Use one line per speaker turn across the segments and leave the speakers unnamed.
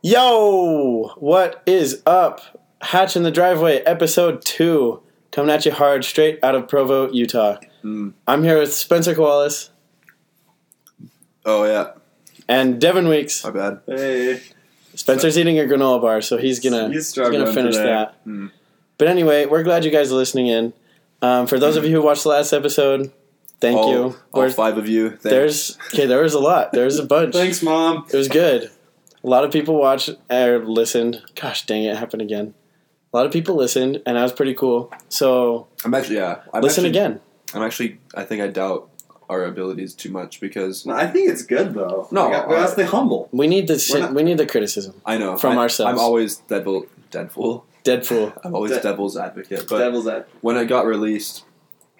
Yo, what is up? Hatch in the Driveway, episode two, coming at you hard straight out of Provo, Utah.
Mm.
I'm here with Spencer Koalas
Oh yeah,
and Devin Weeks.
my bad.
Hey,
Spencer's eating a granola bar, so he's gonna
He's
he's gonna
struggling
finish
today. Mm.
that. But anyway, we're glad you guys are listening in. Um, for
Mm.
those of you who watched the last episode, thank
Oh,
all,
you.
all
We're-
five of you. Thanks.
there's okay, there was a lot. There was a bunch.
thanks, mom.
It was good. A lot of people watched or listened. Gosh dang it, it happened again. A lot of people listened, and that was pretty cool. So
I'm actually yeah. I'm
listen
actually,
again.
I'm actually. I think I doubt our abilities too much because
I think it's good though.
No,
Like, we're honestly humble.
We need the si-
not-
we need the criticism.
I know
From
I,
ourselves.
I'm always devil, devil.
Deadpool.
I'm always
De-
devil's advocate. But
Devil's at
when I got released,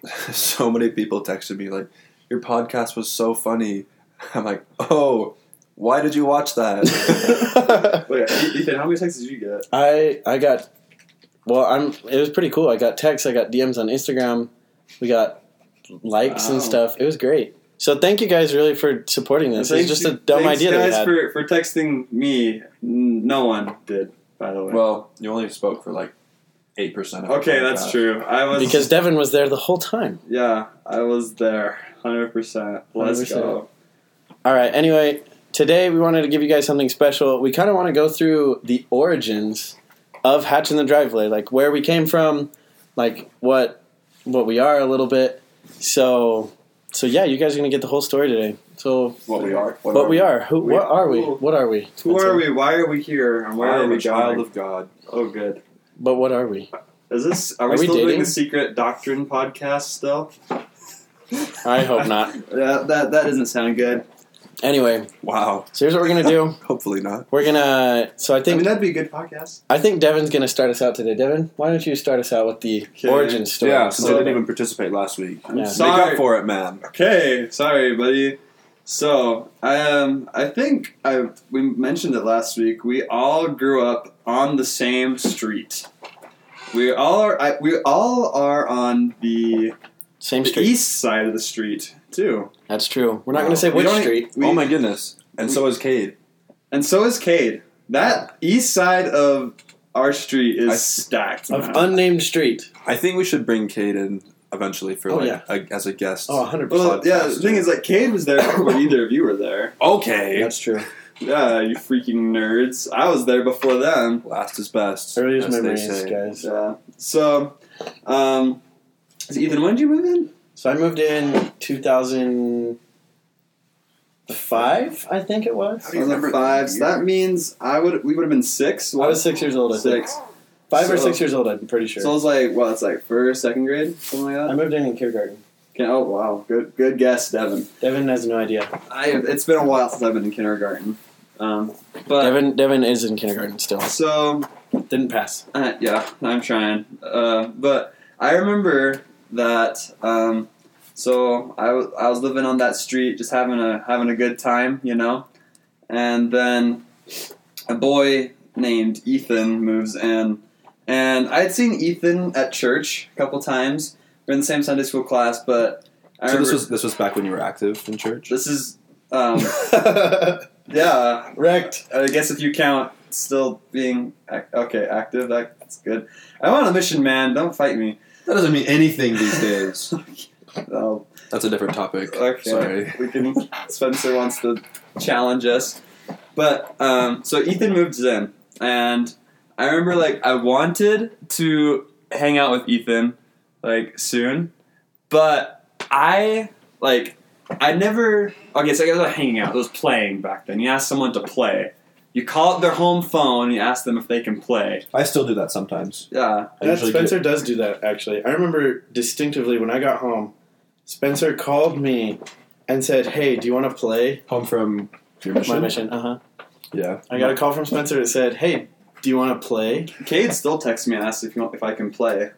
so many people texted me like, "Your podcast was so funny." I'm like, "Oh, why did you watch that?"
Wait, Oh, E- Ethan, how many texts did you get?
I I got well. I'm. It was pretty cool. I got texts. I got DMs on Instagram. We got likes
Wow.
and stuff. It was great. So thank you guys really for supporting this. It's
Thanks
just
you-
a dumb
thanks
idea that
guys
we had.
for for texting me. N- No one did, by the way.
well, you only spoke for like eight percent.
okay, that's true. I was
uh, because Devin was there the whole time.
yeah, I was there, hundred percent. Let's
100%.
go.
All right. Anyway, today we wanted to give you guys something special. We kind of want to go through the origins of Hatch in the Driveway, like where we came from, like what what we are a little bit. So so yeah, you guys are gonna get the whole story today. So
What we are.
what we are? Who?
We-
what are we?
Ooh.
What are we?
Who
That's
are
it.
we? Why are we here? And where
I
are
am
we
a child
going?
of God.
Oh, good.
But what are we?
Is this? Are,
Are we
still doing
dating?
the secret doctrine podcast still?
I hope not.
Yeah, that that doesn't sound good.
Anyway,
Wow.
so here's what we're gonna do.
Hopefully not.
We're gonna. So I
I mean,
think
that'd be a good podcast.
I think Devin's gonna start us out today. Devin, why don't you start us out with the
Okay.
origin story?
Yeah, since
so-
I didn't even participate last week.
Yeah.
Make
Sorry.
up for it, man.
Okay, sorry, buddy. So, um, I think I we mentioned it last week. We all grew up on the same street. We all are. I, we all are on the,
Same
the
street.
east side of the street too.
That's true. We're not
Wow.
gonna say
We
which
don't e-
street.
we-
oh my goodness. And so is Cade.
And so is Cade. That east side of our street is
I-
stacked.
of
man.
unnamed street.
I think we should bring Cade in eventually for
Oh,
like
yeah.
a, as a guest.
Oh, 100
well,
percent.
yeah. The thing is, like, Cade was there before either of you were there.
Okay.
That's true.
Yeah, you freaking nerds. I was there before them.
Last is best.
Earliest
as they
memories,
say.
guys.
Yeah. So, um, so Ethan, when did you move in?
So I moved in 2005, I think it was.
do you remember the
five. So
year?
that means I would we would have been six.
I was six years old. I think.
Six.
Five or
So-
six years old. I'm pretty
So I
sure.
was like, well, it's like first, second grade, something like
I
that.
moved in in kindergarten.
Okay, oh wow, good good guess, Devin.
Devin has no idea.
I it's been a while since I've been in kindergarten. Um, but
Devin Devin is in kindergarten still.
so
Didn't pass.
Uh, yeah, I'm trying. Uh, but I remember that. Um, so I, w- I was living on that street, just having a having a good time, you know. And then a boy named Ethan moves in, and I had seen Ethan at church a couple times. We're in the same Sunday school class, but I
So
remember
this was this was back when you were active in church.
this is um, yeah
Wrecked.
I guess if you count still being ac- okay active, that, that's good. I'm on a mission, man. Don't fight me.
That doesn't mean anything these days.
Oh,
That's a different topic.
okay.
Sorry.
We can. Spencer wants to challenge us, but um, so Ethan moves in, and I remember like I wanted to hang out with Ethan like soon, but I like I never. Okay, so I guess I was hanging out. I was playing back then. You ask someone to play. You call up their home phone. and You ask them if they can play.
I still do that sometimes.
Yeah.
I
That
usually
Spencer does do that actually. I remember distinctively when I got home, Spencer called me and said, "Hey, do you want to play
get home from your mission.
my mission?" Uh huh.
Yeah.
I got a call from Spencer that said, "Hey, do you want to play?"
Cade still texts me and asks if you want, if I can play.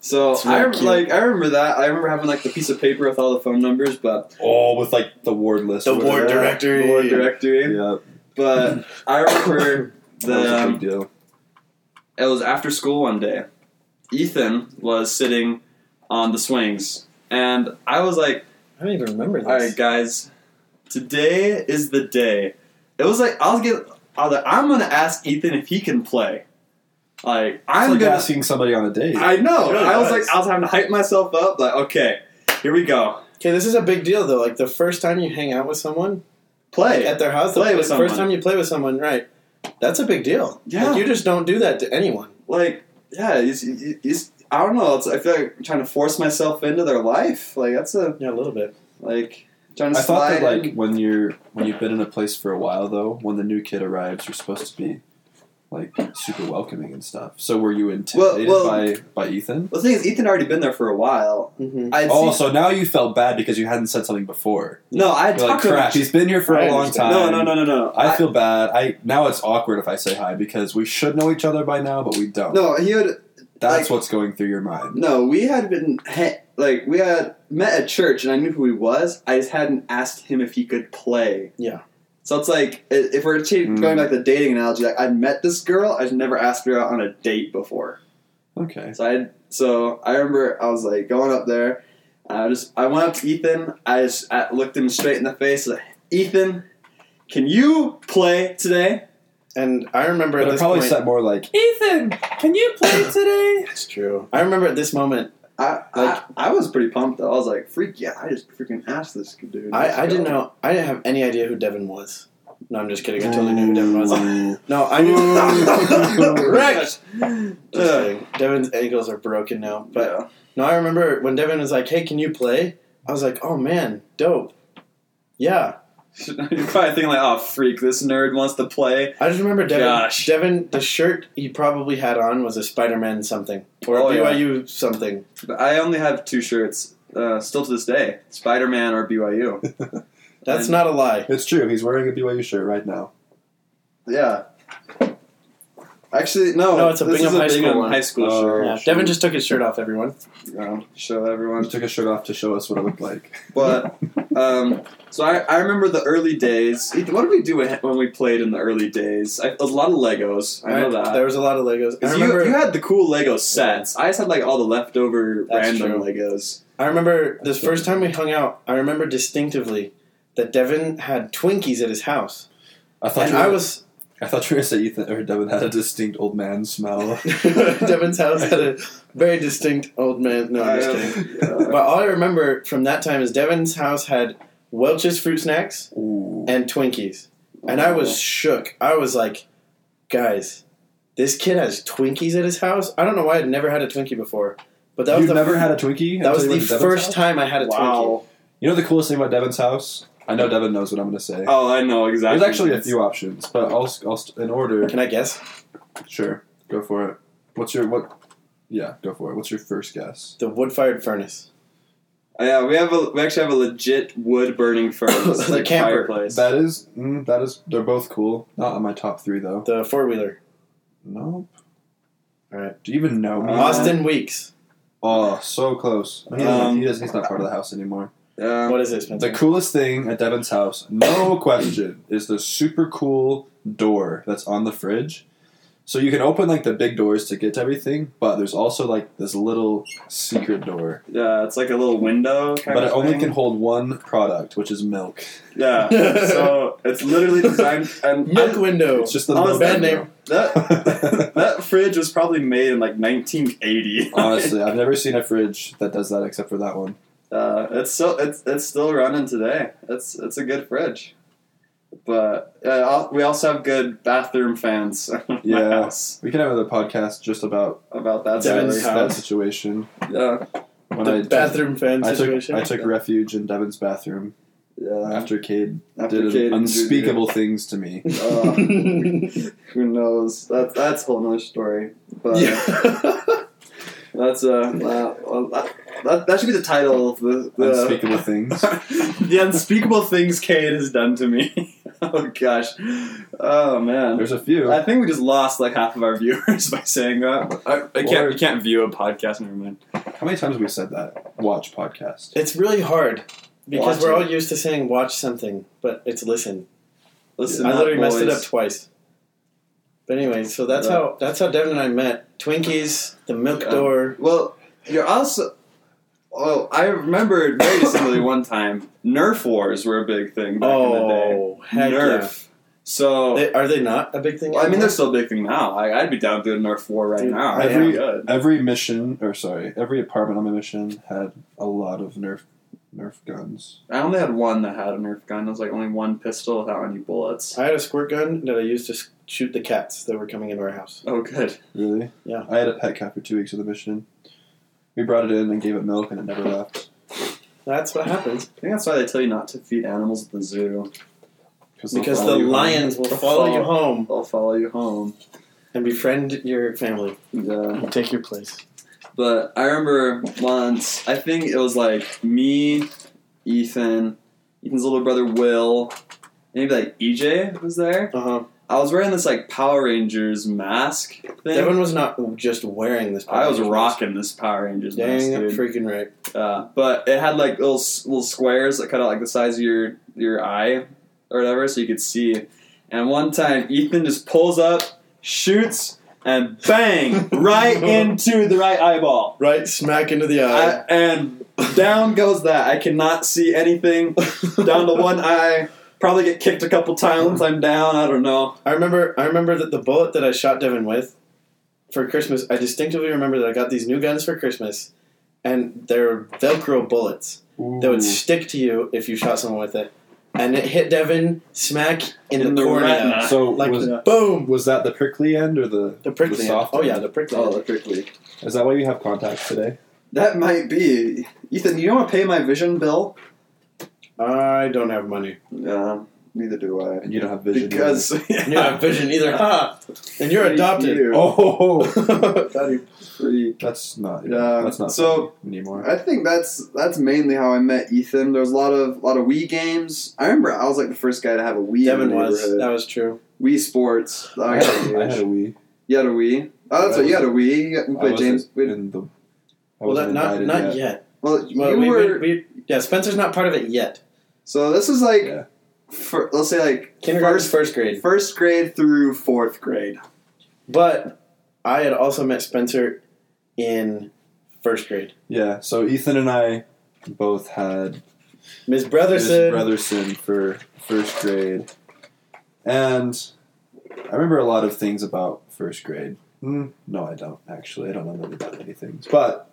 So
It's really
I rem-
cute.
like I remember that. I remember having like the piece of paper with all the phone numbers, but
Oh, with like the ward list.
The
or whatever.
ward directory.
board directory.
Yeah.
But I remember
That was
the
a big
um,
deal.
it was after school one day. Ethan was sitting on the swings, and I was like.
I don't even remember
All right, guys. Today is the day. It was like I was get I was like, I'm gonna ask Ethan if he can play. Like
I'm
I'm
like
gonna.
asking somebody on a date.
I know.
Really
I was
does.
like, I was having to hype myself up. Like, okay, here we go.
Okay, this is a big deal though. Like the first time you hang out with someone, like,
Play.
at their house,
Play
the
with
first
someone.
time you play with someone, right? That's a big deal.
Yeah.
Like, you just don't do that to anyone.
like yeah it's, it's, i don't know it's, i feel like I'm trying to force myself into their life like that's a
Yeah, a little bit.
like trying to
I thought that
slide in.
like when you're when you've been in a place for a while though, when the new kid arrives, you're supposed to be like super welcoming and stuff. So were you intimidated
well-
by by Ethan?
the thing is ethan already been there for a while
Mm-hmm.
i
Oh, so now you felt bad because you hadn't said something before.
no i
You're like,
talked
crap,
to him
he's been here for
I
a long
understand.
time.
no no no no no
I feel bad. I now it's awkward if I say hi because we should know each other by now, but we don't.
no he would
That's
like-
what's going through your mind.
no we had been he- like we had met at church and i knew who he was i just hadn't asked him if he could play
Yeah.
so it's like i- if we're cha-
Mm.
going back to the dating analogy like i'd met this girl i'd never asked her out on a date before
Okay.
So I had, so I remember I was like going up there. and I just I went up to Ethan. I just I looked him straight in the face. Like, Ethan, can you play today?
And I remember
But
at
it
this
probably
point,
said more like, Ethan, can you play today?
it's true. I remember at this moment,
I like, I, I was pretty pumped. though. I was like, freak yeah! I just freaking asked this dude.
I, I didn't know. I didn't have any idea who Devin was. No, I'm just kidding. I totally knew who Devin was. No, I knew. Wrecked. Just
Ugh.
kidding. Devin's ankles are broken now, but.
But
No, I remember when Devin was like, "Hey, can you play?" I was like, "Oh man, dope." Yeah,
you're probably thinking like, oh freak, this nerd wants to play.
I just remember Devin.
Gosh.
Devin, the shirt he probably had on was a Spider-Man something or a
Oh, yeah.
BYU something.
But I only have two shirts uh, still to this day: Spider Man or BYU.
That's
And-
not a lie.
It's true. He's wearing a BYU shirt right now.
Yeah. Actually, no.
No, it's a
this
Bingham
is a
High School
Bingham
one.
High School
Oh.
shirt.
Yeah,
shoot.
Devin just took his shirt off. Everyone,
Um, show everyone.
He took his shirt off to show us what it looked like.
But um, so I, I remember the early days. Ethan, What did we do when when we played in the early days? I, a lot of Legos. I know
Right?
that.
there was a lot of Legos. I
'Cause
remember.
you, you had the cool Lego sets. I just had like all the leftover
That's
random
true.
Legos.
I remember this first time we hung out. I remember distinctively that Devin had Twinkies at his house,
I thought
and
you were,
I was
I thought you were gonna say Ethan or Devin had a distinct old man smell.
Devin's house had a very distinct old man. No, I'm just
I,
kidding.
uh,
But all I remember from that time is Devin's house had Welch's fruit snacks
Ooh.
and Twinkies. And I was shook. I was like, guys, this kid has Twinkies at his house. I don't know why I'd never had a Twinkie before. But that was
You've
the
never had a Twinkie?
that
until
was
you
the
went to Devin's
first
house?
time I had a Twinkie.
wow.
You know the coolest thing about Devin's house? I know Devin knows what I'm gonna say.
Oh, I know exactly.
There's actually a few options, but I'll, I'll st- in order.
Can I guess?
Sure, go for it. What's your what? Yeah, go for it. What's your first guess?
The wood fired furnace.
Uh, yeah, we have a we actually have a legit wood burning furnace,
The
like
camper.
fireplace.
That is mm, that is they're both cool. Not on my top three though.
The four wheeler.
Nope.
Alright.
Do you even know me?
Uh,
Austin Weeks.
Oh, so close. He doesn't- he doesn't, he's not part of the house anymore.
Um,
What is this, Spencer?
Uh, The coolest thing at Devin's house, no question, is the super cool door that's on the fridge. So you can open like the big doors to get to everything, but there's also like this little secret door.
yeah, it's like a little window. Kind
But
of
it only
thing.
can hold one product, which is milk.
Yeah, so it's literally designed and
Milk window.
It's just the
Oh,
milk
it's bad
window.
name.
that that fridge was probably made in like 1980.
Honestly, I've never seen a fridge that does that except for that one.
uh, it's so it's it's still running today. It's it's a good fridge, but uh, al- we also have good bathroom fans. in my
Yeah.
house
We can have another podcast just about
about that.
that,
Devin's
Devin's
that
house.
situation.
Yeah,
When
The
I
bathroom fan
took, I took
situation.
I took refuge in Devin's bathroom
yeah.
after Cade
After
did
Cade and Judy.
unspeakable things to me.
Who knows? That's that's a whole nother story.
uh,
But
yeah.
that's uh, uh, well, that, that that should be the title of the, the
unspeakable things.
the unspeakable things Cade has done to me. oh gosh. Oh man.
There's a few.
I think we just lost like half of our viewers by saying that. I, I
Or-
can't. You can't view a podcast. Never mind.
How many times have we said that? Watch podcast.
It's really hard because
Watch
we're
it.
all used to saying watch something, but it's listen.
Listen,
I
up,
literally messed it
boys.
up twice. But anyway, so that's
Yeah.
how that's how Devin and I met. Twinkies, the milk
Yeah.
door.
Well, you're also. Oh, I remember very distinctly one time Nerf wars were a big thing back in the day.
Oh, heck
Nerf. So
They, are they not a big thing?
well, I mean,
anymore?
they're still a big thing now. I, I'd be down doing North Four right
Dude,
now.
I
That'd
agree.
be good.
Every mission, or sorry, every apartment on my mission had a lot of Nerf Nerf guns.
I only had one that had a Nerf gun. It was like only one pistol without any bullets.
I had a squirt gun that I used to s- shoot the cats that were coming into our house.
Oh, good.
Really?
Yeah.
I had a pet cat for two weeks of the mission. We brought it in and gave it milk, and it never left
That's what happens
I think that's why they tell you not to feed animals at the zoo.
they'll
because
follow
the
you home.
lions will follow you home
They'll follow you home.
and befriend your family
Yeah.
and take your place.
But I remember once, I think it was like me, Ethan, Ethan's little brother Will, maybe like EJ was there.
Uh huh.
I was wearing this like Power Rangers mask thing.
Devin was not just wearing this.
I was
package.
rocking this Power Rangers mask,
Dang,
dude.
freaking right.
Uh, but it had like little s- little squares that cut out like the size of your your eye or whatever, so you could see. And one time, Ethan just pulls up, shoots, and bang, right into the right eyeball.
Right smack into the eye.
I, and down goes that. I cannot see anything. down to one eye. Probably get kicked a couple times. I'm down. I don't know.
I remember I remember that the bullet that I shot Devin with for Christmas, I distinctively remember that I got these new guns for Christmas and they're Velcro bullets that would stick to you if you shot someone with it. And it hit Devin smack in,
In the
cornea.
retina.
So
Like
was,
boom.
was that the prickly end or the
The prickly.
The
end.
soft
oh yeah,
end.
the prickly.
Oh,
end.
look quickly.
Is that why you have contacts today?
That might be. Ethan, you don't want to pay my vision bill?
I don't have money.
No, neither do I.
And you don't have vision
because.
You don't have vision either. Ha! And you're
Thank
adopted.
you.
either. Oh,
Daddy.
Free.
that's not.
Yeah.
that's not
So-
anymore.
I think that's that's mainly how I met Ethan. There was a lot of lot of Wii games. I remember I was like the first guy to have a Wii.
Devin
in the
was.
neighborhood.
That was true.
Wii Sports. That
I
was
had,
huge.
I had a Wii.
You had a Wii. Oh, that's
I
right. You had a Wii. You got- we
I
played
wasn't
James. We,
in the. I
Well, that,
wasn't
not
invited
not
yet.
yet.
well, you
Well, we, we,
were.
we, yeah, Spencer's not part of it yet.
so this is like,
Yeah.
fir- let's say like
Kindergarten's
first
first grade.
first grade through fourth grade.
But I had also met Spencer in first grade.
Yeah. So Ethan and I both had
Ms.
Miss
Brotherson.
Brotherson for first grade, and I remember a lot of things about first grade. Hmm, no, I don't actually. I don't remember that many things, but.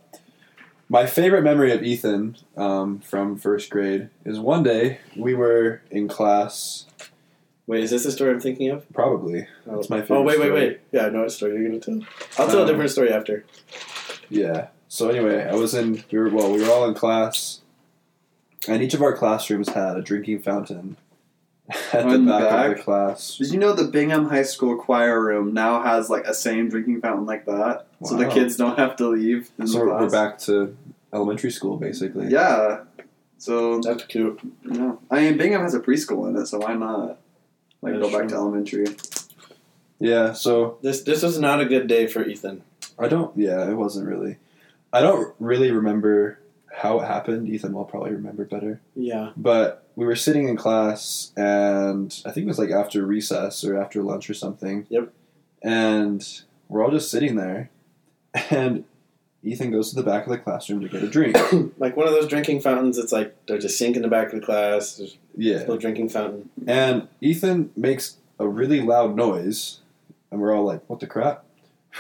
My favorite memory of Ethan um, from first grade is one day we were in class,
Wait, is this the story I'm thinking of?
probably. That's my favorite
Oh, wait, wait,
story.
wait. Yeah, I know what story you're going to tell. I'll tell
Um,
a different story after.
Yeah. So anyway, I was in. We were well. We were all in class, and each of our classrooms had a drinking fountain at the
On the
back, of
back?
the class.
Did you know the Bingham High School choir room now has like a same drinking fountain like that, so the
Wow.
kids don't have to leave. In
So
the
we're,
class.
we're back to elementary school, basically.
Yeah. So
That's cute.
no, I mean Bingham has a preschool in it, so why not? Like
That's
go back
true.
to elementary.
Yeah. So
This this was not a good day for Ethan.
I don't. Yeah, it wasn't really. I don't really remember how it happened. Ethan will probably remember better.
Yeah.
but we were sitting in class and i think it was like after recess or after lunch or something
Yep.
and we're all just sitting there and ethan goes to the back of the classroom to get a drink
Like one of those drinking fountains that's like, there's a sink in the back of the class, there's a
yeah
little drinking fountain.
and ethan makes a really loud noise and we're all like what the crap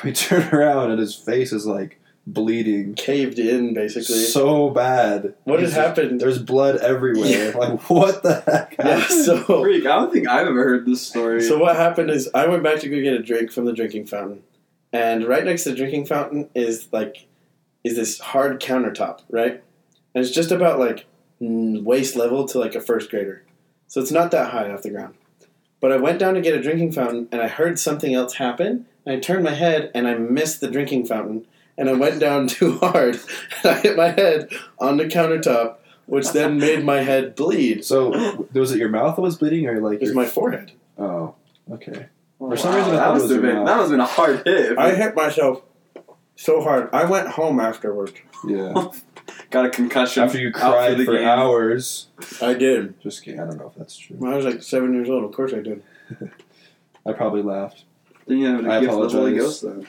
we turn around and his face is like bleeding
Caved in, basically.
so bad
what had
He's just-
happened?
there's blood everywhere
Yeah.
like what the heck
Yeah,
happened?
so
Freak! I don't think I've ever heard this story.
So what happened is I went back to go get a drink from the drinking fountain, and right next to the drinking fountain is like is this hard countertop, right? And it's just about like mm, waist level to like a first grader, so it's not that high off the ground. But I went down to get a drinking fountain, and I heard something else happen. And I turned my head, and I missed the drinking fountain, and I went down too hard, and I hit my head on the countertop, which then made my head bleed.
so was it your mouth that was bleeding or like
It was
your
my forehead.
Oh, okay.
Oh,
For some
wow,
reason, I
that
thought it
must
was
have
your
been
mouth.
that must have been a hard hit.
I hit myself so hard. I went home afterwards.
Yeah.
Got a concussion
After you
out for
cried
the
for
game.
hours.
I did.
Just kidding. I don't know if that's true.
When I was like seven years old, of course I did.
I probably laughed.
Then you have
I
a gift of the Holy
apologize.
Ghost, then.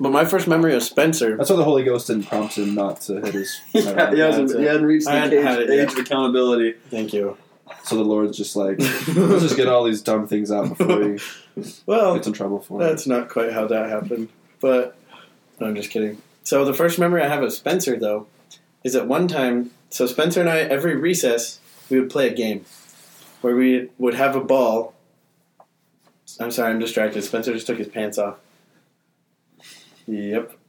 But my first memory of Spencer.
That's why the Holy Ghost didn't prompt him not to hit his.
yeah, he
that's
hasn't,
it.
he hadn't reached
I
the
hadn't
age,
had it
age
yet.
of accountability.
Thank you.
So the Lord's just like, let's just get all these dumb things out before we
Well,
get in trouble for it.
Oh, that's not quite how that happened. But no, I'm just kidding. So the first memory I have of Spencer though is at one time. So Spencer and I, every recess, we would play a game where we would have a ball. I'm sorry, I'm distracted. Spencer just took his pants off. Yep.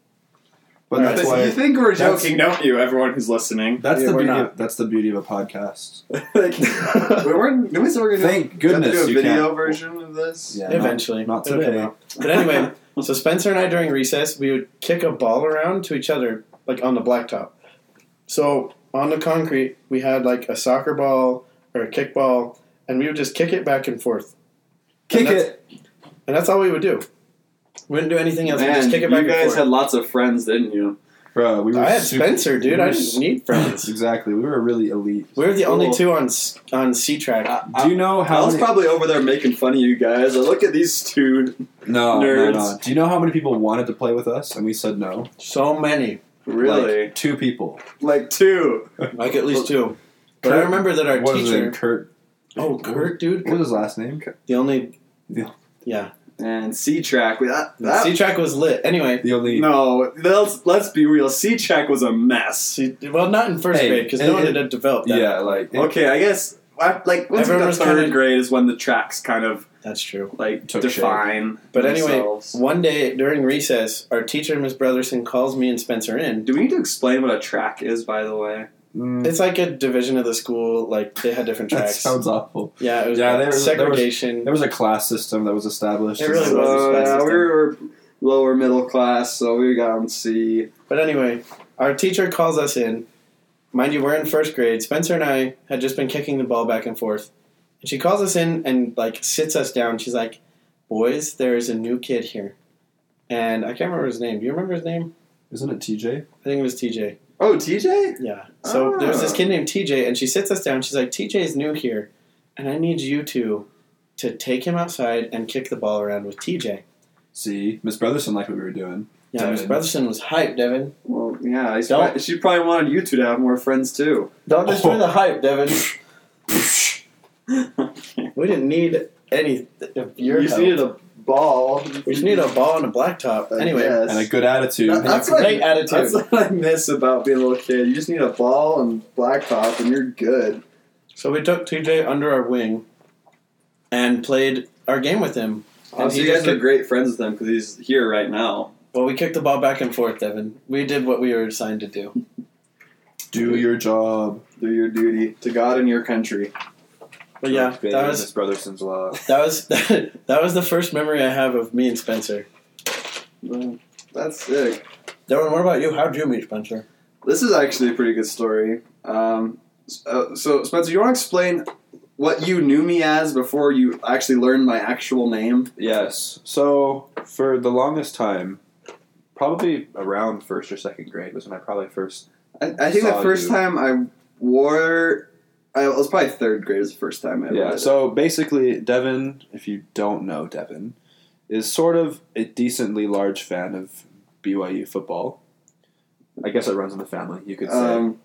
But
Alright,
that's
so
why.
you think we're
that's-
joking, don't you? Everyone who's listening.
that's
Yeah,
the
we're
beauty.
not.
Of, that's the beauty of a podcast.
like, we weren't. Nobody said we we're gonna.
Thank
do we have to
goodness
do
you
a video
can't-
version of this.
Yeah, not,
Eventually,
not
It'll come
today.
out. But anyway, so Spencer and I during recess, we would kick a ball around to each other, like on the blacktop. So on the concrete, we had like a soccer ball or a kickball, and we would just kick it back and forth.
Kick
that's-
it.
And that's all we would do. We wouldn't do anything else. we just kick it back
you guys
and
had lots of friends, didn't you?
Bro, we were
forth. I had
super-
Spencer, dude.
we
I
were
didn't
su-
need friends.
Exactly. We were really elite.
We were the only
Cool.
two on s- on C track.
I,
Do you know
I
how?
was
many-
probably over there making fun of you guys. I look at these two.
no, no,
nerds.
no. Do you know how many people wanted to play with us and we said no?
so many,
Really,
Like, two people.
like, two.
like at least two. But I
Kurt-
remember that our
What was his name?
teacher.
Kurt.
Oh, Kurt, dude.
What was his last name?
The only
And C track. That, that
C track was lit. Anyway,
The only.
No, let's let's be real. C check was a mess.
See, well, not in first
Hey,
grade because
it-
no one
it-
had developed that.
Yeah, like it
Okay, I guess I, like once you
Everyone
get
was
to 3rd
kinda-
grade is when the tracks kind of
That's true.
like
Took
define.
But anyway,
themselves.
One day during recess, our teacher, Miss Brotherson, calls me and Spencer in.
do we need to explain what a track is? By the way,
mm,
It's like a division of the school. Like they had different
that
tracks.
sounds awful.
yeah, it was
Yeah,
bad.
there was- there was-
segregation.
There was a class system that was established.
It really
So-
was.
so,
a bad
yeah,
system.
we were lower middle class, so we got on C.
but anyway, our teacher calls us in. Mind you, we're in first grade. Spencer and I had just been kicking the ball back and forth, and she calls us in and like sits us down. She's like, "Boys, there is a new kid here," and I can't remember his name. Do you remember his name?
Isn't it TJ?
I think it was TJ.
Oh, TJ.
Yeah. So
Ah.
there's this kid named TJ, and she sits us down. She's like, TJ's new here, and I need you two to take him outside and kick the ball around with TJ.
See, Miss Brotherson liked what we were doing.
Yeah, Miss
Devin.
Brotherson was hype, Devin.
Well, yeah, I
Don't-
she probably wanted you two to have more friends too.
Don't destroy
Oh.
the hype, Devin.
you
We didn't need any of your
just
help.
needed a ball.
we just need a ball and a blacktop. Anyway,
And a good attitude.
That- Uh, that's what I-
great
That's
attitude.
what I miss about being a little kid. You just need a ball and blacktop, and you're good.
So we took TJ under our wing and played our game with him. And
Oh, so
he
you guys
just-
are great friends with him because he's here right now.
Well, we kicked the ball back and forth, Devin. We did what we were assigned to do.
Do your job.
Do your duty to God and your country.
But yeah,
Obey
that was
Miss Brotherson's law.
That was that was the first memory I have of me and Spencer.
Well, That's sick.
Darren, what about you? How'd you meet Spencer?
This is actually a pretty good story. Um, s- uh, so, Spencer, you want to explain what you knew me as before you actually learned my actual name?
Yes. So for the longest time, probably around first or second grade was when I probably first.
I, I think the
Saw
first
you.
time I wore, I it was probably third grade. Was the first time I wore
Yeah.
it.
So basically, Devin, if you don't know Devin, is sort of a decently large fan of BYU football. I guess it runs in the family. You could say.
Um,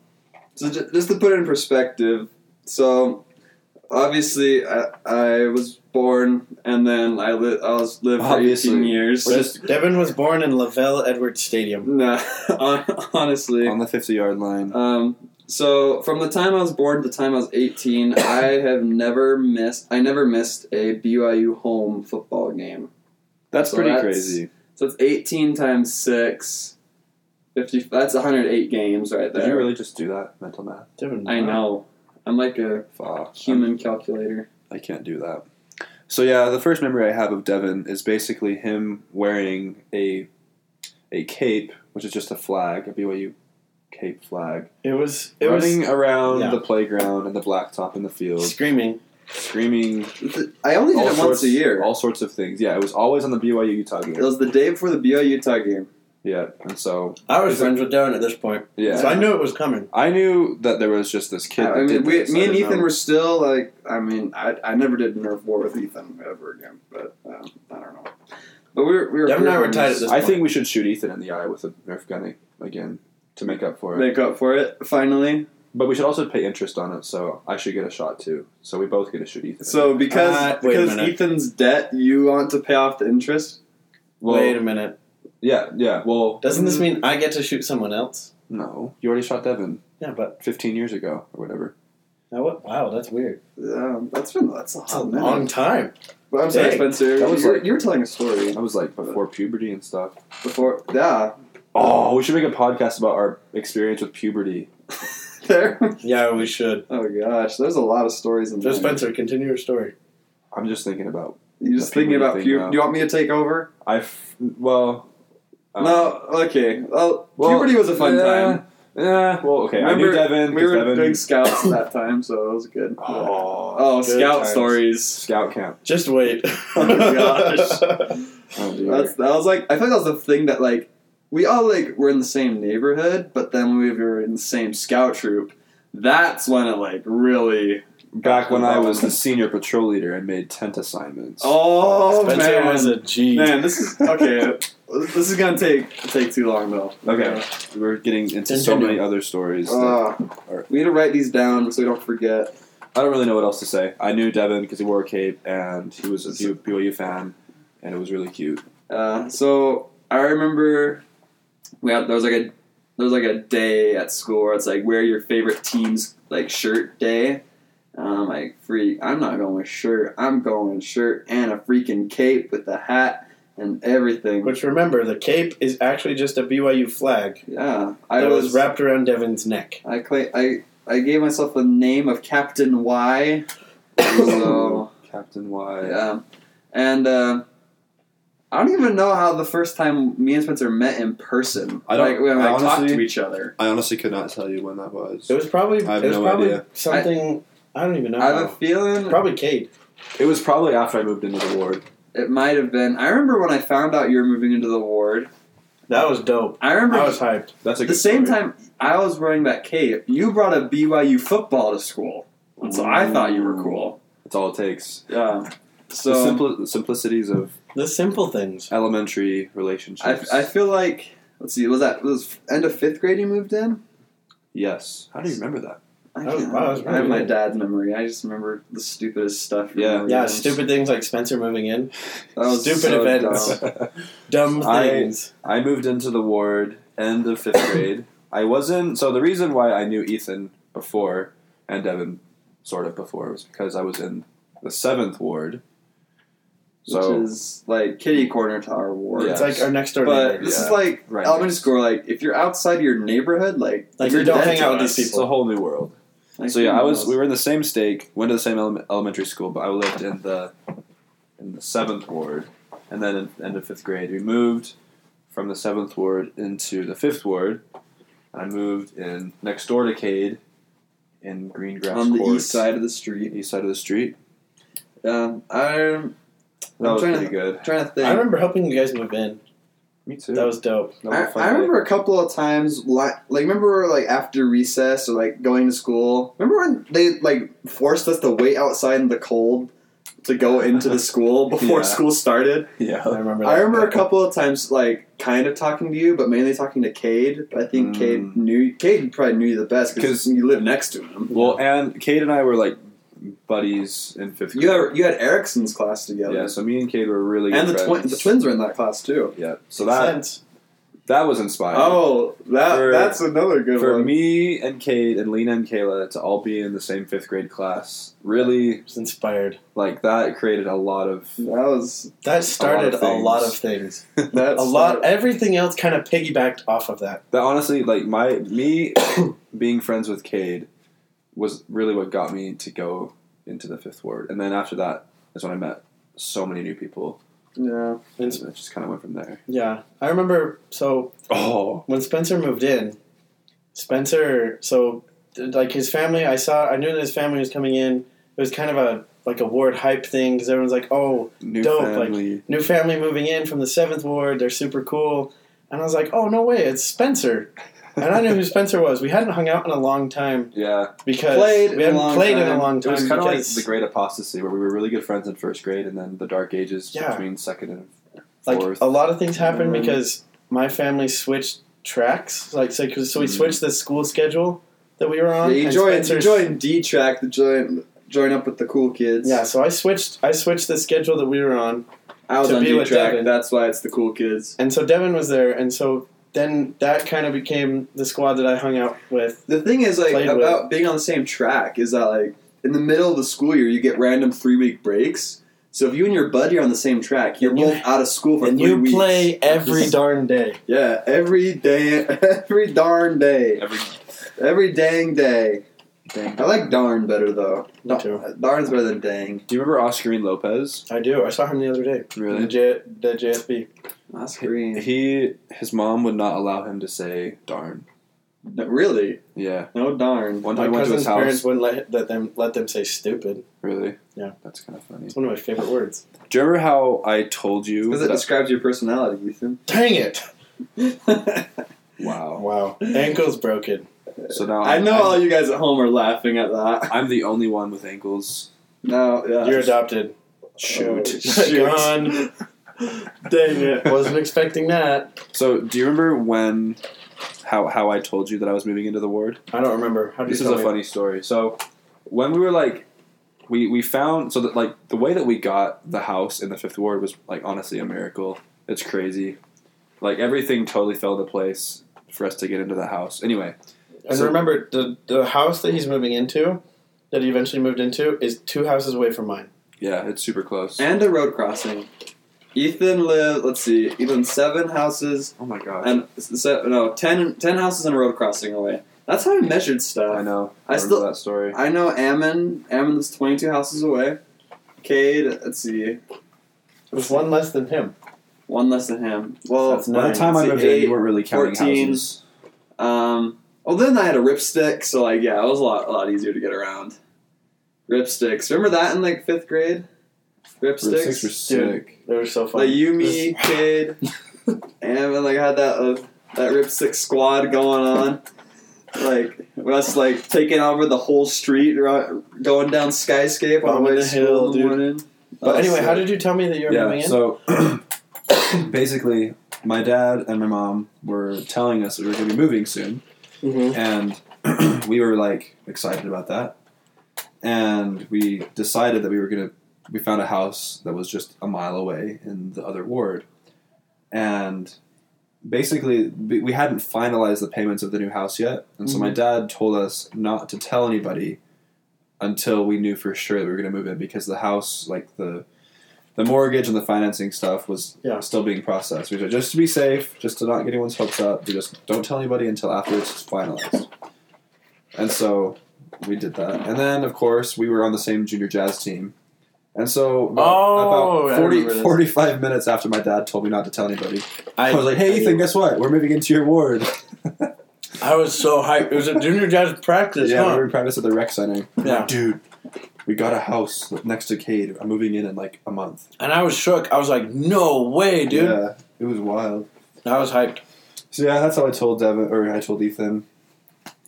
so ju- just to put it in perspective, so obviously I, I was born and then I li- I was lived
Obviously.
for 18 years.
We're just
Devin was born in Lavelle Edwards Stadium.
no, hon- honestly.
on the fifty-yard line.
Um, so from the time I was born to the time I was 18, I have never missed I never missed a BYU home football game.
That's
so
pretty
that's-
crazy.
So it's 18 times 6 50 that's 108 games right there.
Did you really just do that mental math?
Devin,
I know. I'm like a
Fuck.
human calculator.
I can't do that. So yeah, the first memory I have of Devin is basically him wearing a a cape, which is just a flag, a BYU cape flag,
It was it
running around
yeah.
the playground and the blacktop in the
was
field,
screaming.
screaming
I only did
all
it
sorts
once a year.
all sorts of things. Yeah, it was always on the BYU Utah
It
game.
was the day before the BYU Utah game.
Yeah, and so
I was
Is it-
friends with Darren at this point,
yeah,
so I knew it was coming.
I knew that there was just this kid.
I
that
mean,
did
we-
this.
me
I
and
didn't
Ethan
know.
were still like. I mean, I, I never did Nerf War with Ethan ever again, but um, I don't know. But we were we were.
Devin and I were
friends.
tied at this
I think we should shoot Ethan in the eye with a Nerf gun again to make up for it.
Make up for it finally.
But we should also pay interest on it, so I should get a shot too. So we both get to shoot Ethan.
So because
Uh, wait a
because
minute.
Ethan's debt, you want to pay off the interest?
well, mm.
Wait a minute.
yeah, yeah. Well,
Doesn't this mean I get to shoot someone else?
no, you already shot Devin
Yeah, but
15 years ago or whatever.
now what? Wow, that's weird.
Um, that's been that's a
It's a
hot minute.
long time.
But I'm sorry,
Dang.
Spencer.
That was
you, were,
like-
you were telling a story
That was like before puberty and stuff.
before. Yeah,
Oh, we should make a podcast about our experience with puberty.
there.
Yeah, we should.
Oh gosh, there's a lot of stories in
So
there.
Spencer, continue your story.
I'm just thinking about.
You just
The
thinking
puberty
about
thing
puberty?
now.
Do you want me to take over?
I f- well. I don't know.
no. Okay. Um, Well,
Well,
puberty was a fun
yeah,
time.
Yeah. Well, okay. I knew
Remember,
Devin.
We
'cause
were
Devin-
doing scouts that time, so it was good.
Oh,
Oh,
Good
scout
times.
stories.
scout camp.
Just wait.
Oh my gosh.
Oh, dear.
That's that was like I feel like that was the thing that like we all like were in the same neighborhood, but then we were in the same scout troop. That's when it like really.
Back when I was the senior patrol leader and made tent assignments.
Oh
Spencer
man,
was a G.
man, this is okay. this is gonna take take too long though.
Okay, we're getting into so
Continue.
many other stories. that-
Uh, we need to write these down so we don't forget.
I don't really know what else to say. I knew Devin because he wore a cape and he was a B- BYU fan, and it was really cute.
Uh, so I remember we had, there was like a there was like a day at school where it's like wear your favorite team's like shirt day. And I'm like free. I'm not going with shirt. I'm going with shirt and a freaking cape with a hat and everything.
Which remember, the cape is actually just a BYU flag
yeah, I
that was,
was.
wrapped around Devin's neck.
I cla- I I gave myself the name of Captain Y. So.
Captain Y.
Yeah. um, And uh, I don't even know how the first time me and Spencer met in person.
I don't-
like, we like,
I
talked to
honestly-
each other.
I honestly could not tell you when that was.
It was probably
I have
it was
no
probably
idea.
something I, don't even know.
I have a feeling
probably Cade.
It was probably after I moved into the ward.
it might have been. I remember when I found out you were moving into the ward.
That was dope.
I remember
I was hyped.
That's a
the
good
same
story.
time I was wearing that cape. You brought a BYU football to school, and so I thought you were cool.
That's all it takes.
Yeah. So
the, simpli- the simplicities of
The simple things.
elementary relationships.
I, I feel like let's see. Was that was end of fifth grade you moved in?
yes. How do you remember that?
I,
That was-
can't-
wow, that was
I have
really
my
good.
dad's memory. I just remember the stupidest stuff. from
Yeah.
memory
Yeah,
games.
stupid things like Spencer moving in.
That was
Stupid
so
events.
dumb.
Dumb
I-
things.
I moved into the ward end of fifth grade. I wasn't so the reason why I knew Ethan before and Devin sort of before was because I was in the seventh ward. So
which is like kitty corner to our ward.
Yeah.
It's like our next door
But
neighbor.
this is
Yeah.
like
Right.
elementary school. Like if you're outside your neighborhood, like
Like,
you're
you don't
dead
hang
to
out with
us.
these
it's a whole new world.
Like,
so yeah,
who
I was
knows?
we were in the same stake, went to the same ele- elementary school, but I lived in the in the seventh ward, and then in end of fifth grade we moved from the seventh ward into the fifth ward. I moved in next door to Cade in Green Grass
on the
Court.
east side of the street.
east side of the street.
Um, I'm
That
I'm
was
trying
pretty good.
trying to think.
I remember helping you guys move in.
Me too.
That was dope.
I, I remember a couple of times, li- like remember like after recess or like going to school. Remember when they like forced us to wait outside in the cold to go into the school before
Yeah.
school started?
I
Yeah.
remember that.
I remember a couple of times, like, kind of talking to you, but mainly talking to Cade. But I think
Mm.
Cade knew Cade probably knew you the best
'Cause-
because you lived next to him.
Well, and Cade and I were like buddies in fifth grade.
You had, you had Erickson's class together,
yeah. So me and Cade were really
and
good
the, twi-
friends.
the twins were in that class too.
Yeah. So
Makes
that
sense.
that was inspiring.
Oh, that
For-
that's another good
For
one.
me and Cade and Lena and Kayla to all be in the same fifth grade class, really
It was inspired.
like that created a lot of.
that was
That started
of
a lot
things.
of things.
that
A lot. Everything else kind of piggybacked off of that.
That honestly, like my me being friends with Cade was really what got me to go into the fifth ward, and then after that is when I met so many new people,
Yeah,
and
And
so it just kind of went from there.
Yeah, I remember. So
Oh,
when Spencer moved in, Spencer. So th- like his family, I saw. I knew that his family was coming in. It was kind of a like a ward hype thing because everyone's like, "Oh,
new
Dope, like-
family.
new family moving in from the seventh ward. They're super cool." And I was like, "Oh no way, it's Spencer." And I knew who Spencer was. We hadn't hung out in a long time
Yeah,
because
Played
we
in a
hadn't
long
played in a
time.
long
it
time.
was kind of like
because,
the Great Apostasy, where we were really good friends in first grade, and then the Dark Ages
Yeah.
between second and
like
fourth.
a lot of things happened
Mm-hmm.
Mhm.
because my family switched tracks. Like so, so we
Mhm.
switched the school schedule. that we were on.
Mm-hmm. Yeah, you
and
join, you
Spencer's-
join D track to join join up with the cool kids.
Yeah, so I switched. I switched the schedule that we were on,
I was
to
on
be
D
with
track.
Devin.
That's why it's the cool kids.
and so Devin was there, and so then that kind of became the squad that I hung out with.
The thing is, like
Played with.
about being on the same track is that like in the middle of the school year you get random three week breaks. So if you and your buddy are on the same track, you're
And you-
both out of school for
And
three
you
weeks.
play every darn day.
yeah, every day, every darn day,
Every
every dang day.
dang.
I like darn better though. Uh,
Me too.
Darn's better than dang.
Do you remember Oscarine Lopez?
I do. I saw him the other day. The, J- the JSB.
That's green.
He his mom would not allow him to say darn.
No, really?
Yeah,
No darn.
one
My
time I went to his
cousin's
house.
parents wouldn't let, let them let them say stupid.
Really?
Yeah.
That's kind of funny.
It's one of my favorite words.
Do you remember how I told you?
Because it
that-
describes your personality, Ethan.
Dang it! Oh,
Oh, wow.
Wow, ankles broken.
So now
I know
I'm,
all you guys at home are laughing at that.
I'm the only one with ankles.
No, yeah. Oh,
You're adopted.
Oh, Shoot.
Shoot.
Gone.
Dang it.
Wasn't expecting that.
So do you remember when? How how I told you that I was moving into the ward?
I don't remember. How do you
This is
tell
a
me?
funny story. So when we were like, we we found so that like the way that we got the house in the fifth ward was like honestly a miracle. It's crazy. Like everything totally fell into place for us to get into the house. Anyway,
And
So-
remember, the the house that he's moving into, that he eventually moved into, is two houses away from mine.
yeah, it's super close.
And a road crossing. Ethan lived, let's see, Ethan seven houses
oh my gosh.
and se- no, ten, ten houses and a road crossing away. That's how I measured stuff.
I know. uh,
I
I, remember
still-
that story.
I know Ammon. Ammon is 22 houses away. Cade, let's see,
It was one less than him.
one less than him. Well,
That's nine.
By the time I
let's see,
moved in,
eight,
you weren't really counting
14.
houses.
Um, well, then I had a ripstick, so like, yeah, it was a lot, a lot easier to get around. Ripsticks. Remember that in like fifth grade? Ripsticks.
Six were
Dude.
sick.
They were so funny.
like you, me, kid, and like had that uh, that ripstick squad going on. Like us, like taking over the whole street, ro- going down Skyscape on the way
Bombing
to
the
school
hill,
in the
dude.
morning.
but
Oh,
anyway, how
sick.
did you tell me that you were moving
Yeah.
in?
So basically, my dad and my mom were telling us that we were going to be moving soon.
Mhm.
and we were like excited about that and we decided that we were gonna we found a house that was just a mile away in the other ward and basically we we hadn't finalized the payments of the new house yet and so
Mm-hmm.
my dad told us not to tell anybody until we knew for sure that we were going to move in because the house like the the mortgage and the financing stuff was
Yeah.
still being processed. We said just to be safe, just to not get anyone's hopes up, we just don't tell anybody until after it's finalized. And so we did that. And then of course we were on the same junior jazz team. And so about,
Oh, I
about 40,
remember this.
45 minutes after my dad told me not to tell anybody, I, was like,
I-
"Hey Ethan, guess what? We're moving into your ward."
I was so hyped. It was a junior jazz practice,
yeah, we were
huh?
in practice at the rec center.
Yeah.
dude, we got a house next to Cade. I'm moving in in like a month.
And I was shook. I was like, "No way, dude!"
Yeah, it was wild.
I was hyped.
So yeah, that's how I told Devin or I told Ethan,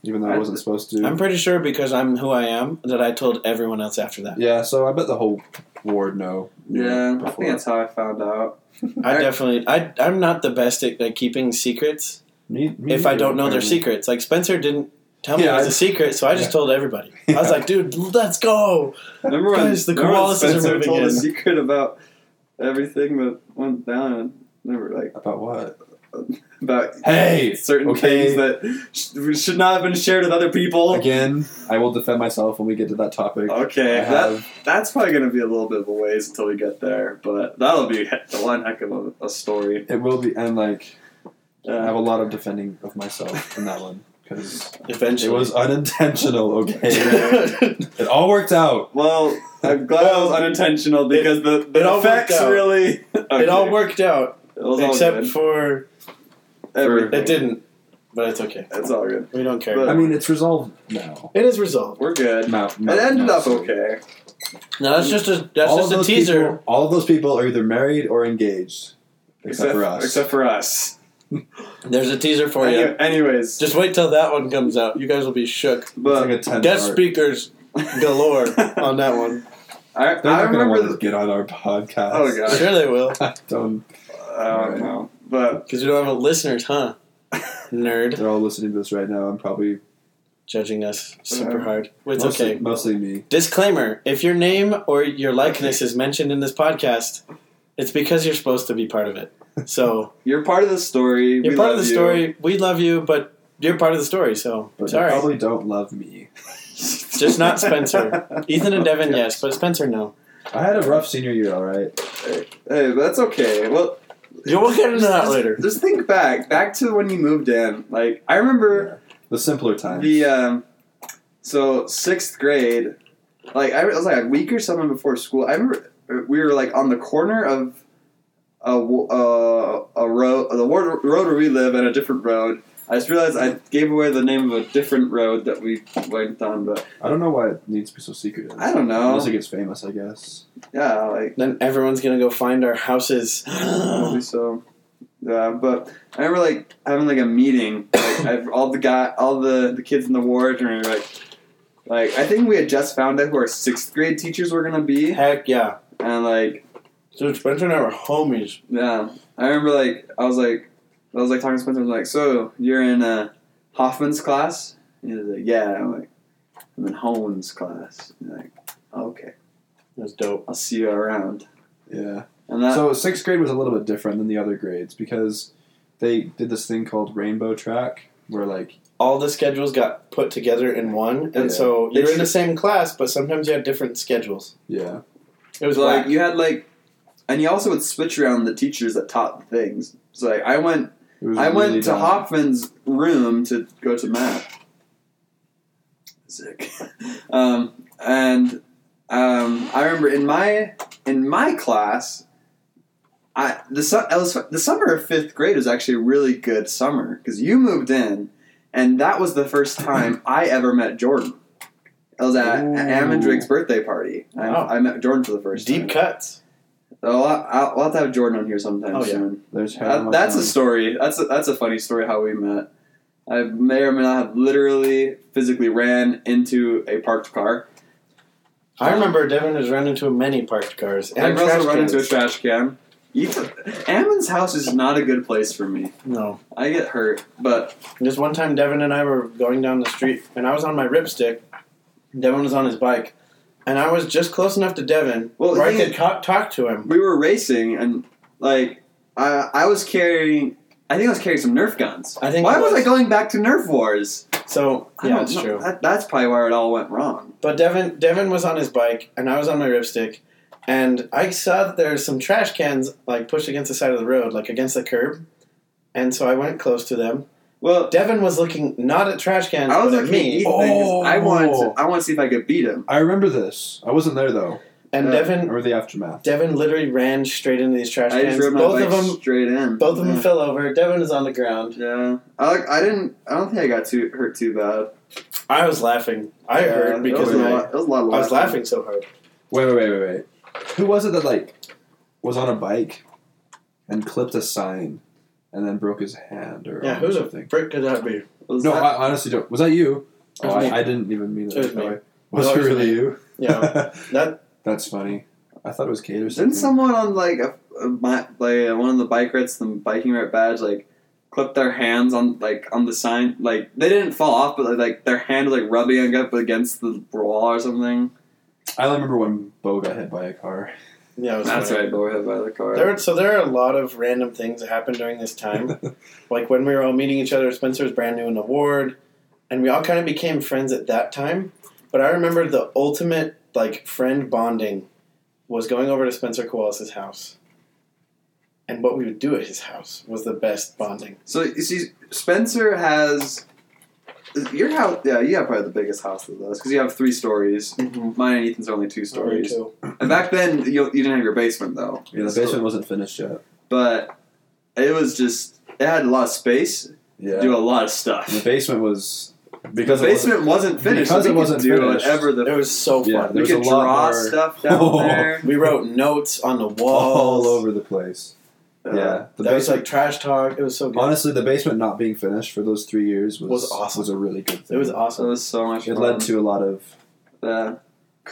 even though I,
I-
wasn't supposed to.
I'm pretty sure because I'm who I am that I told everyone else after that.
yeah, so I bet the whole ward know. knew
Yeah, I
before.
think that's how I found out.
I
I-
definitely, I, I'm not the best at like, keeping secrets.
Me- me
if I don't
neither,
know their
apparently.
secrets. Like Spencer didn't tell me
Yeah,
it was
I-
a secret, so I just
yeah.
told everybody. I
Yeah.
was like, dude, let's go.
Remember when,
Guys, the
remember when
koalas are
Spencer
moving
told
in.
a secret about everything that went down and never like
about what?
about
Hey,
certain
okay.
things that sh- should not have been shared with other
Oh.
people.
Again, I will defend myself when we get to that topic. I
Okay, that
have-
that's probably going to be a little bit of a ways until we get there, but that'll be he- one heck of a, a story.
it will be, and like I have
Uh,
a lot of defending of myself in that one because it
Eventually.
was unintentional. Okay,
it
it all worked out.
well, I'm glad it was unintentional because the, the
it all
effects
worked out.
really. Okay,
all worked out,
It was all
except
good.
for
Everything.
it didn't. But it's okay.
It's all good.
We don't care.
But-
I mean, it's resolved now.
it is resolved.
We're good.
Now,
It ended up okay.
Now that's just a that's
all of
just a
those
teaser.
People, all of those people are either married or engaged, except, for us.
Except for us.
There's a teaser for
Any-
you.
Anyways,
Oh, Just wait till that one comes out. You guys will be shook.
it's like
but
a tent
Guest
art.
speakers galore on that one.
I,
They're
I
not going to
remember.
want to
The,
get on our podcast.
Oh, God.
Sure they will,
I don't.
I don't know, but
because we don't have listeners, huh? Nerd.
They're all listening to this right now. I'm probably
judging us super
Whatever.
hard. It's
mostly,
okay.
Mostly me.
Disclaimer: If your name or your likeness is mentioned in this podcast, it's because you're supposed to be part of it. So
You're part of the story.
you're
we
part of the
love you.
story. We love you, but you're part of the story. So
But
it's
you
all right.
probably don't love me.
Just not Spencer. Ethan and Devin, yes, but Spencer, no.
I had a rough senior year, all right.
Hey, but that's okay. Well,
Yeah, we'll get into that later.
Just think back, back to when you moved in. Like I remember
The simpler times.
The um, so sixth grade, like I it was like a week or something before school. I remember uh, we were like on the corner of a w- uh, a road, the ward- road where we live, and a different road. I just realized I gave away the name of a different road that we went on, but
I don't know why it needs to be so secretive.
I don't know.
Unless it gets famous, I guess.
yeah, like
Then everyone's gonna go find our houses.
Probably so. Yeah, but I remember like having like a meeting. Like I've, all the guy, all the, the kids in the ward, and like, like I think we had just found out who our sixth grade teachers were gonna be,
Heck yeah.
and like,
Dude, Spencer and I were homies.
yeah, I remember like I was like, I was like talking to Spencer, I was like, so you're in uh, Hoffman's class? And he was like, yeah. I'm like, I'm in Hohen's class. And like, okay,
That's dope.
I'll see you around.
Yeah.
And that,
So sixth grade was a little bit different than the other grades because they did this thing called rainbow track, where like
All the schedules got put together in one, and
Yeah.
so
They
you're in
should-
the same class, but sometimes you have different schedules.
yeah,
It was
like
like
you had like, and you also would switch around the teachers that taught the things. So like I went,
it was
I went
really
to
dumb.
Hoffman's room to go to math. Sick. um, and um, I remember in my in my class, I the su- I was, the summer of fifth grade was actually a really good summer because you moved in, and that was the first time I ever met Jordan. I was at
Ooh.
Amandrick's birthday party. I,
Wow.
I met Jordan for the first time.
deep cuts.
I'll, I'll, I'll have to have Jordan on here sometime
Oh, yeah.
soon.
There's
That- that's a story. That's a, that's a funny story how we met. I may or may not have literally physically ran into a parked car.
I remember Devin has run into many parked cars and
I've also
trash
run into a
cans.
trash can. Ethan, Ammon's house is not a good place for me.
No,
I get hurt, but
This one time, Devin and I were going down the street, and I was on my ripstick. Devin was on his bike, and I was just close enough to Devin
Well,
where I
the
could
thing
co- talk to him.
we were racing and like I I was carrying I think I was carrying some Nerf guns.
I think
why
it
was.
was.
I going back to Nerf wars?
So
I
yeah,
don't
it's
know.
true.
That, that's probably where it all went wrong.
But Devin, Devin was on his bike, and I was on my ripstick, and I saw that there's some trash cans like pushed against the side of the road, like against the curb, and so I went close to them.
Well,
Devin was looking not at trash cans,
I was
but at
like me.
me,
Oh.
I wanted
Oh.
to, I want to see if I could beat him.
I remember this. I wasn't there though.
and
Uh,
I
Devin.
remember the aftermath.
Devin literally ran straight into these trash
I just
cans.
rode my
Both
bike
of them,
straight in.
both of them
Yeah.
fell over. Devin is on the ground.
Yeah, I like. I didn't. I don't think I got too hurt too bad.
I was laughing. I
Yeah,
heard
it
because
was a
my-
lot- it was a lot of
I was laughing so hard.
Wait, wait, wait, wait, wait. Who was it that like was on a bike and clipped a sign and then broke his hand or,
Yeah,
or
who the
something?
frick could that be?
Was
No,
that-
I honestly don't. Was that you?
It was
oh,
me.
I, I didn't even mean it.
It was
that
me.
way.
was
Was it
always
really
me.
you?
Yeah, that
That's funny. I thought it was Kate or something.
didn't someone on like a, a bi- like uh, one of the bike rides, the biking ride badge, like clip their hands on like on the sign. Like they didn't fall off, but like their hand was like rubbing up against the wall or something.
I remember when Bo got hit by a car.
yeah. It was
That's
funny.
right, but we're hit by the car.
There, so there are a lot of random things that happened during this time. like when we were all meeting each other, Spencer was brand new in the ward, and we all kind of became friends at that time. But I remember the ultimate like friend bonding was going over to Spencer Kowalski's house, and what we would do at his house was the best bonding.
So you see, Spencer has your house. Yeah, you have probably the biggest house of us because you have three stories.
Mm-hmm.
Mine and Ethan's are only two stories.
Too.
And back then, you, you didn't have your basement though.
Yeah, the basement wasn't finished yet.
but it was just it had a lot of space
Yeah.
to do a lot of stuff.
the basement was because
the
it wasn't-
basement wasn't, finished,
because
so
it
we
wasn't
could do
finished.
whatever the
It was so
Yeah,
fun.
there
we
was a
could
lot
draw
more-
stuff down there.
We wrote notes on the walls
all over the place. yeah, the
that was
basement.
like trash talk. It was so good.
honestly, the basement not being finished for those three years was
Was awesome.
Was a really good
it
thing.
was
So it
awesome.
was so much.
It
fun.
led to a lot of
Yeah.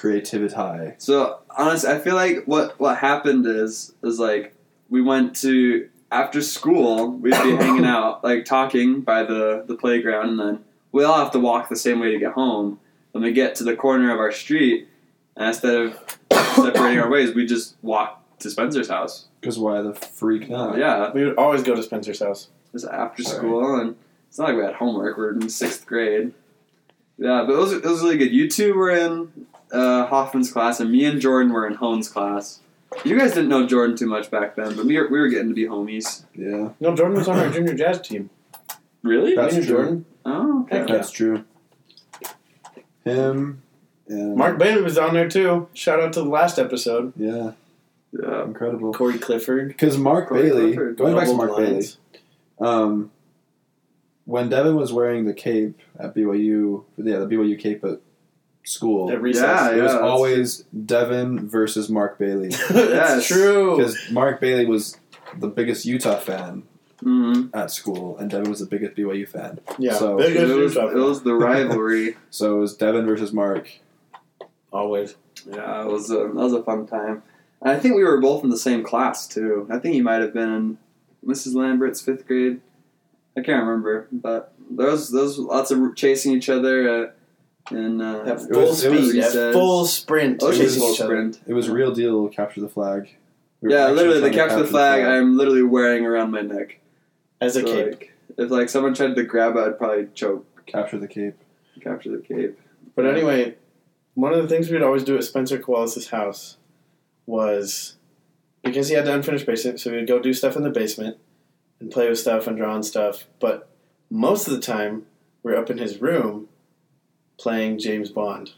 creativity.
So honestly, I feel like what what happened is is like we went to after school we'd be hanging out like talking by the the playground and then we all have to walk the same way to get home. When we get to the corner of our street, and instead of separating our ways, we just walk to Spencer's house.
Because why the freak not?
Yeah,
We would always go to Spencer's house.
just after
Sorry.
school, and it's not like we had homework. We're in sixth grade. Yeah, but it was, it was really good. You two were in uh, Hoffman's class, and me and Jordan were in Hone's class. You guys didn't know Jordan too much back then, but we were, we were getting to be homies.
Yeah,
No, Jordan was on our junior jazz team.
Really?
That's
Me and
true.
Jordan.
Oh, okay.
Heck yeah.
that's true. Him and
Mark Bailey was on there too. Shout out to the last episode.
Yeah,
Yeah.
incredible.
Corey Clifford.
Because Mark
Corey
Bailey,
Clifford.
going back to
Double
Mark Bailey,
blinds.
um, when Devin was wearing the cape at BYU, yeah, the BYU cape at school,
At
it
recess.
Yeah,
was
that's
always Devin versus Mark Bailey.
That's
Yes.
true.
Because Mark Bailey was the biggest Utah fan
Mm-hmm.
at school, and Devin was the biggest BYU fan.
Yeah,
So-
big
It, was,
issues
it was the rivalry.
So it was Devin versus Mark.
always.
yeah, it was a, that was a fun time. And I think we were both in the same class too. I think you might have been in Mrs. Lambert's fifth grade. I can't remember, but there was there was lots of chasing each other at, and uh,
At
It
full
was- it was
speed, at
recess.
full sprint,
Ocean
chasing
School
each other.
Sprint.
It was real deal capture the flag. We were
Yeah,
actually
literally the
trying to
capture the flag. I'm literally wearing around my neck.
as a
So,
cape.
like, if like someone tried to grab it, I'd probably choke.
capture the cape.
Capture the cape.
But anyway, one of the things we'd always do at Spencer Koalas' house was because he had the unfinished basement, so we would go do stuff in the basement and play with stuff and draw on stuff. But most of the time, we were up in his room playing James Bond.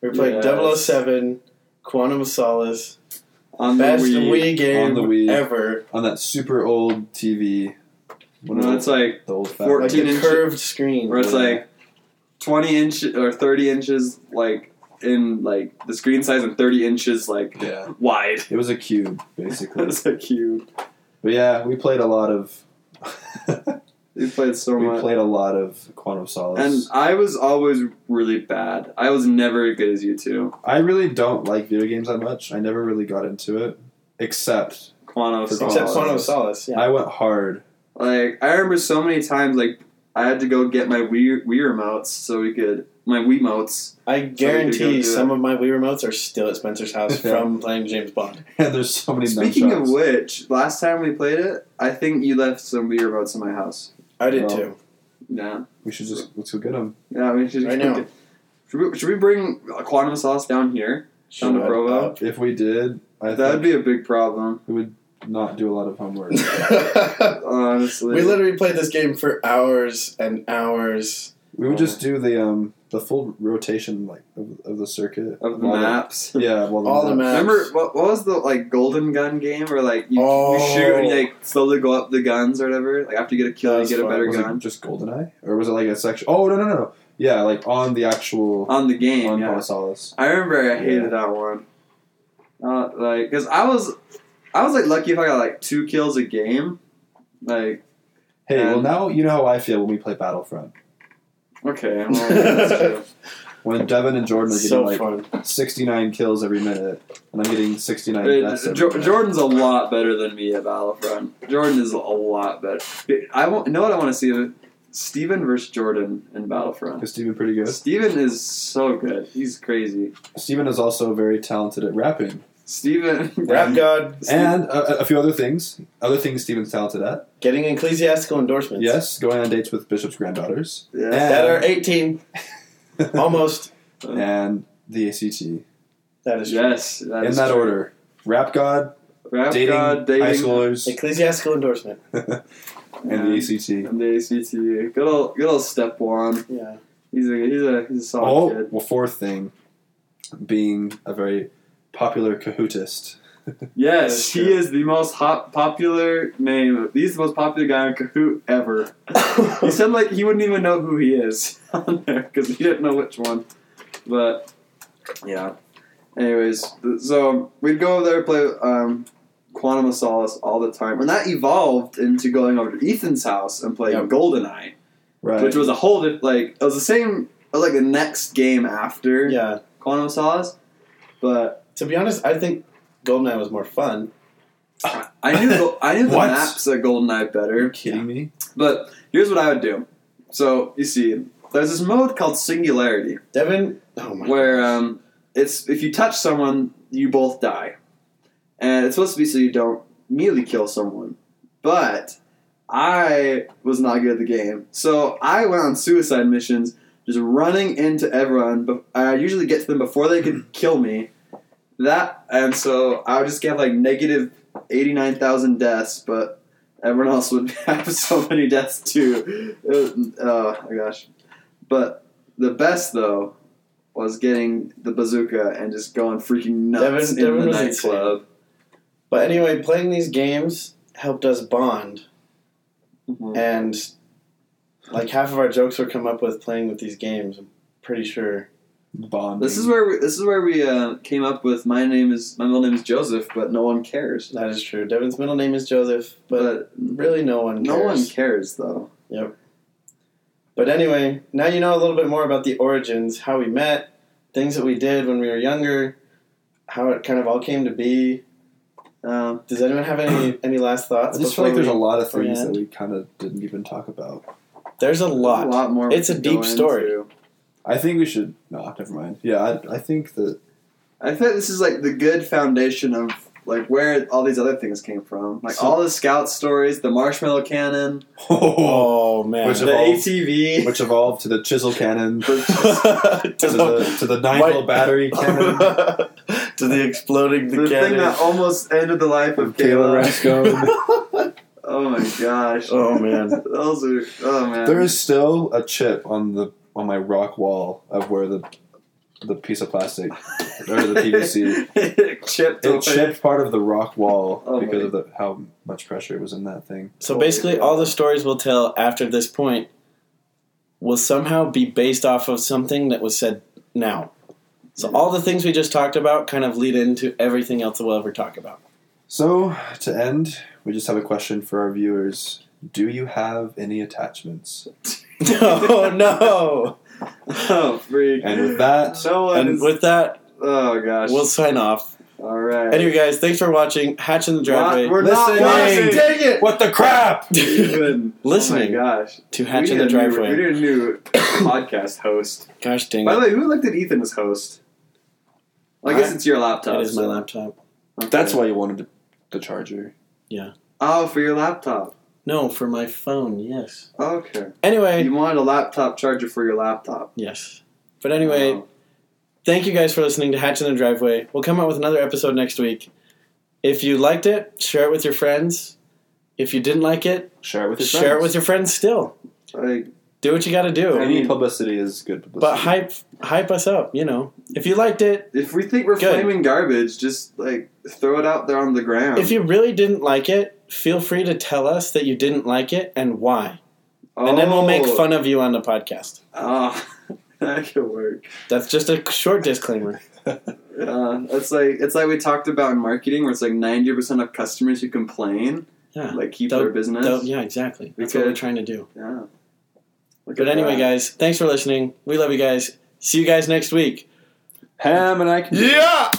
We were playing
Yes.
007, Quantum of Solace,
On
best
the
Wii,
Wii.
game
the Wii.
ever.
on that super old TV. One of
Well,
the-
it's like
the old fat
Like
14
the
inch-
curved screen.
where it's like 20 inch or 30 inches like in like the screen size and 30 inches like
Yeah,
wide
it was a cube basically.
that's a cube
but yeah, we played a lot of.
we played so
we
much
played a lot of Quantum of
and
Solace.
i was always really bad i was never as good as you two
I really don't like video games that much. I never really got into it, except
quantum of
For
Solace.
Except Quantum of Solace, yeah.
I went hard.
like i remember so many times like i had to go get my wii, wii remotes so we could my wii motes
I guarantee
do that.
some of my Wii remotes are still at Spencer's house
Yeah.
from playing James Bond.
And there's so many.
speaking
nunchucks.
of which last time we played it i think you left some wii remotes in my house
I did
Well,
too.
yeah
we should just let's go get them.
yeah we should
Right now.
Should we, should we bring Quantum Sauce down here? Down to
Shut
Provo?
If we did, I
That
think
would be a big problem,
we would not do a lot of homework.
up.
honestly.
we literally played this game for hours and hours.
we would just do the um the full rotation like of, of the circuit
of the
While
maps.
Yeah, well,
All the maps.
Remember what, what was the like golden gun game where like you, you shoot and you like slowly go up the guns or whatever? Like after you get a
That
kill, you
was
get a
fun.
better
was
gun
it just GoldenEye, or was it like a section? Oh no no no no! Yeah, like on the actual
on the game.
on
yeah.
Quantum Solace.
I remember I hated
Yeah.
that one. Uh, like, cause I was, I was like lucky if I got like two kills a game. Like,
Hey, well
And-
now you know how I feel when we play Battlefront.
okay, well, that's true.
When Devin and Jordan are getting
so
like
fun.
69 kills every minute, and I'm getting 69 deaths.
But
every
Jo-
minute.
Jordan's a lot better than me at Battlefront. Jordan is a lot better. I want, know what I want to see: Steven versus Jordan in Battlefront.
Is Steven pretty good?
Steven is so good. He's crazy.
Steven is also very talented at rapping.
Steven.
Rap God
And uh, a few other things. Other things Steven's talented at.
getting ecclesiastical endorsements.
Yes, going on dates with Bishop's granddaughters.
Yeah.
That are 18, almost.
and the ACT. In
That is true.
Yes. That is
that
true.
order. Rap God,
Rap
dating,
God, dating,
high schoolers,
Ecclesiastical endorsement.
and the ACT.
and the ACT. Good old, good old step one.
Yeah.
He's a, he's a, he's a solid
Oh,
kid.
well, fourth thing, being a very popular Cahootist.
Yes,
That is
he
true.
is the most hot, popular name. He's the most popular guy on Kahoot ever. He said like he wouldn't even know who he is on there because he didn't know which one. But yeah. Anyways, th- so we'd go over there and play um, Quantum of Solace all the time, and that evolved into going over to Ethan's house and playing
Yep.
Goldeneye,
Right.
which was a whole diff- like it was the same. It was like the next game after
yeah.
Quantum of Solace, but
To be honest, I think Goldeneye was more fun.
I knew Go- I knew the
What?
maps at Goldeneye better.
kidding me?
But here's what I would do. So you see, there's this mode called Singularity
Devin. Oh my.
where um, it's if you touch someone, you both die, and it's supposed to be so you don't immediately kill someone. But I was not good at the game, so I went on suicide missions, just running into everyone. But I usually get to them before they could kill me. That and so I would just get like negative eighty nine thousand deaths, but everyone else would have so many deaths too. It was- oh my gosh! But the best though was getting the bazooka and just going freaking nuts
Devin- Devin
in the
was insane.
nightclub.
But anyway, playing these games helped us bond,
Mm-hmm.
and like half of our jokes were come up with playing with these games. I'm pretty sure.
Bond.
This is where we, this is where we uh, came up with my name is my middle name is Joseph, but no one cares.
That is true. Devin's middle name is Joseph, but,
But,
really no one
no
cares.
one cares though.
But anyway, now you know a little bit more about the origins, how we met, things that we did when we were younger, how it kind of all came to be.
Um,
Does anyone have any any last
I
thoughts?
just feel like
before
there's a lot of
before we
things that
end?
we kind of didn't even talk about.
there's a
there's
lot.
a lot more. we
It's a
could
deep
go
story.
into.
I think we should. No, never mind. Yeah, I, I think that
I think this is like the good foundation of like where all these other things came from, like
So-
all the scout stories, the marshmallow cannon,
Oh man,
Which
the
of all-
ATV.
which evolved to the chisel cannon, to the to the nine
Why-
volt battery cannon.
to the exploding the,
the thing that almost ended the life of
Kayla
Kayla.
Rascone.
Oh my gosh.
oh man,
Those are oh man.
There is still a chip on the on my rock wall of where the the piece of plastic or the PVC.
it chipped. away.
It chipped part of the rock wall
Oh,
because of the, how much pressure was in that thing.
So basically, all the stories we'll tell after this point will somehow be based off of something that was said now. So all the things we just talked about kind of lead into everything else that we'll ever talk about.
So to end, we just have a question for our viewers: Do you have any attachments?
oh no!
Oh freak.
And with that,
no one
And
is,
with that,
oh gosh.
we'll sign off.
All right.
Anyway, guys, thanks for watching Hatch in the
Not-
Driveway.
we're not
Listen.
watching.
Dang
it. Oh
what the crap?
Even.
Listening
Oh my gosh.
to Hatch
we
in
need
the
a new- we
Driveway.
need a new podcast host.
Gosh dang
By the
it.
way, who elected Ethan as host? Well, I guess
I-
it's your laptop.
That is my
so-
laptop.
Okay.
That's why you wanted the charger.
Oh, for your laptop.
No, for my phone, yes.
Okay.
Anyway,
You wanted a laptop charger for your laptop.
yes. But anyway,
Wow.
Thank you guys for listening to Hatch in the Driveway. We'll come out with another episode next week. If you liked it, share it with your friends. If you didn't like it,
Share it with your
share it with your friends still.
Like,
Do what you got to do.
Any publicity is good publicity.
But hype hype us up, you know. If you liked it,
if we think we're
Good.
flaming garbage, just like throw it out there on the ground.
if you really didn't like it, feel free to tell us that you didn't like it and why.
oh,
And then we'll make fun of you on the podcast.
Oh, that could work.
That's just a short disclaimer.
Uh, it's like it's like we talked about in marketing, where it's like ninety percent of customers who complain,
Yeah.
like keep
Don't-
their business.
Don't- yeah, exactly. That's what
Okay.
we're trying to do.
Yeah. Look
But
at
anyway,
that.
guys, thanks for listening. We love you guys. See you guys next week.
Ham and I can.
Yeah!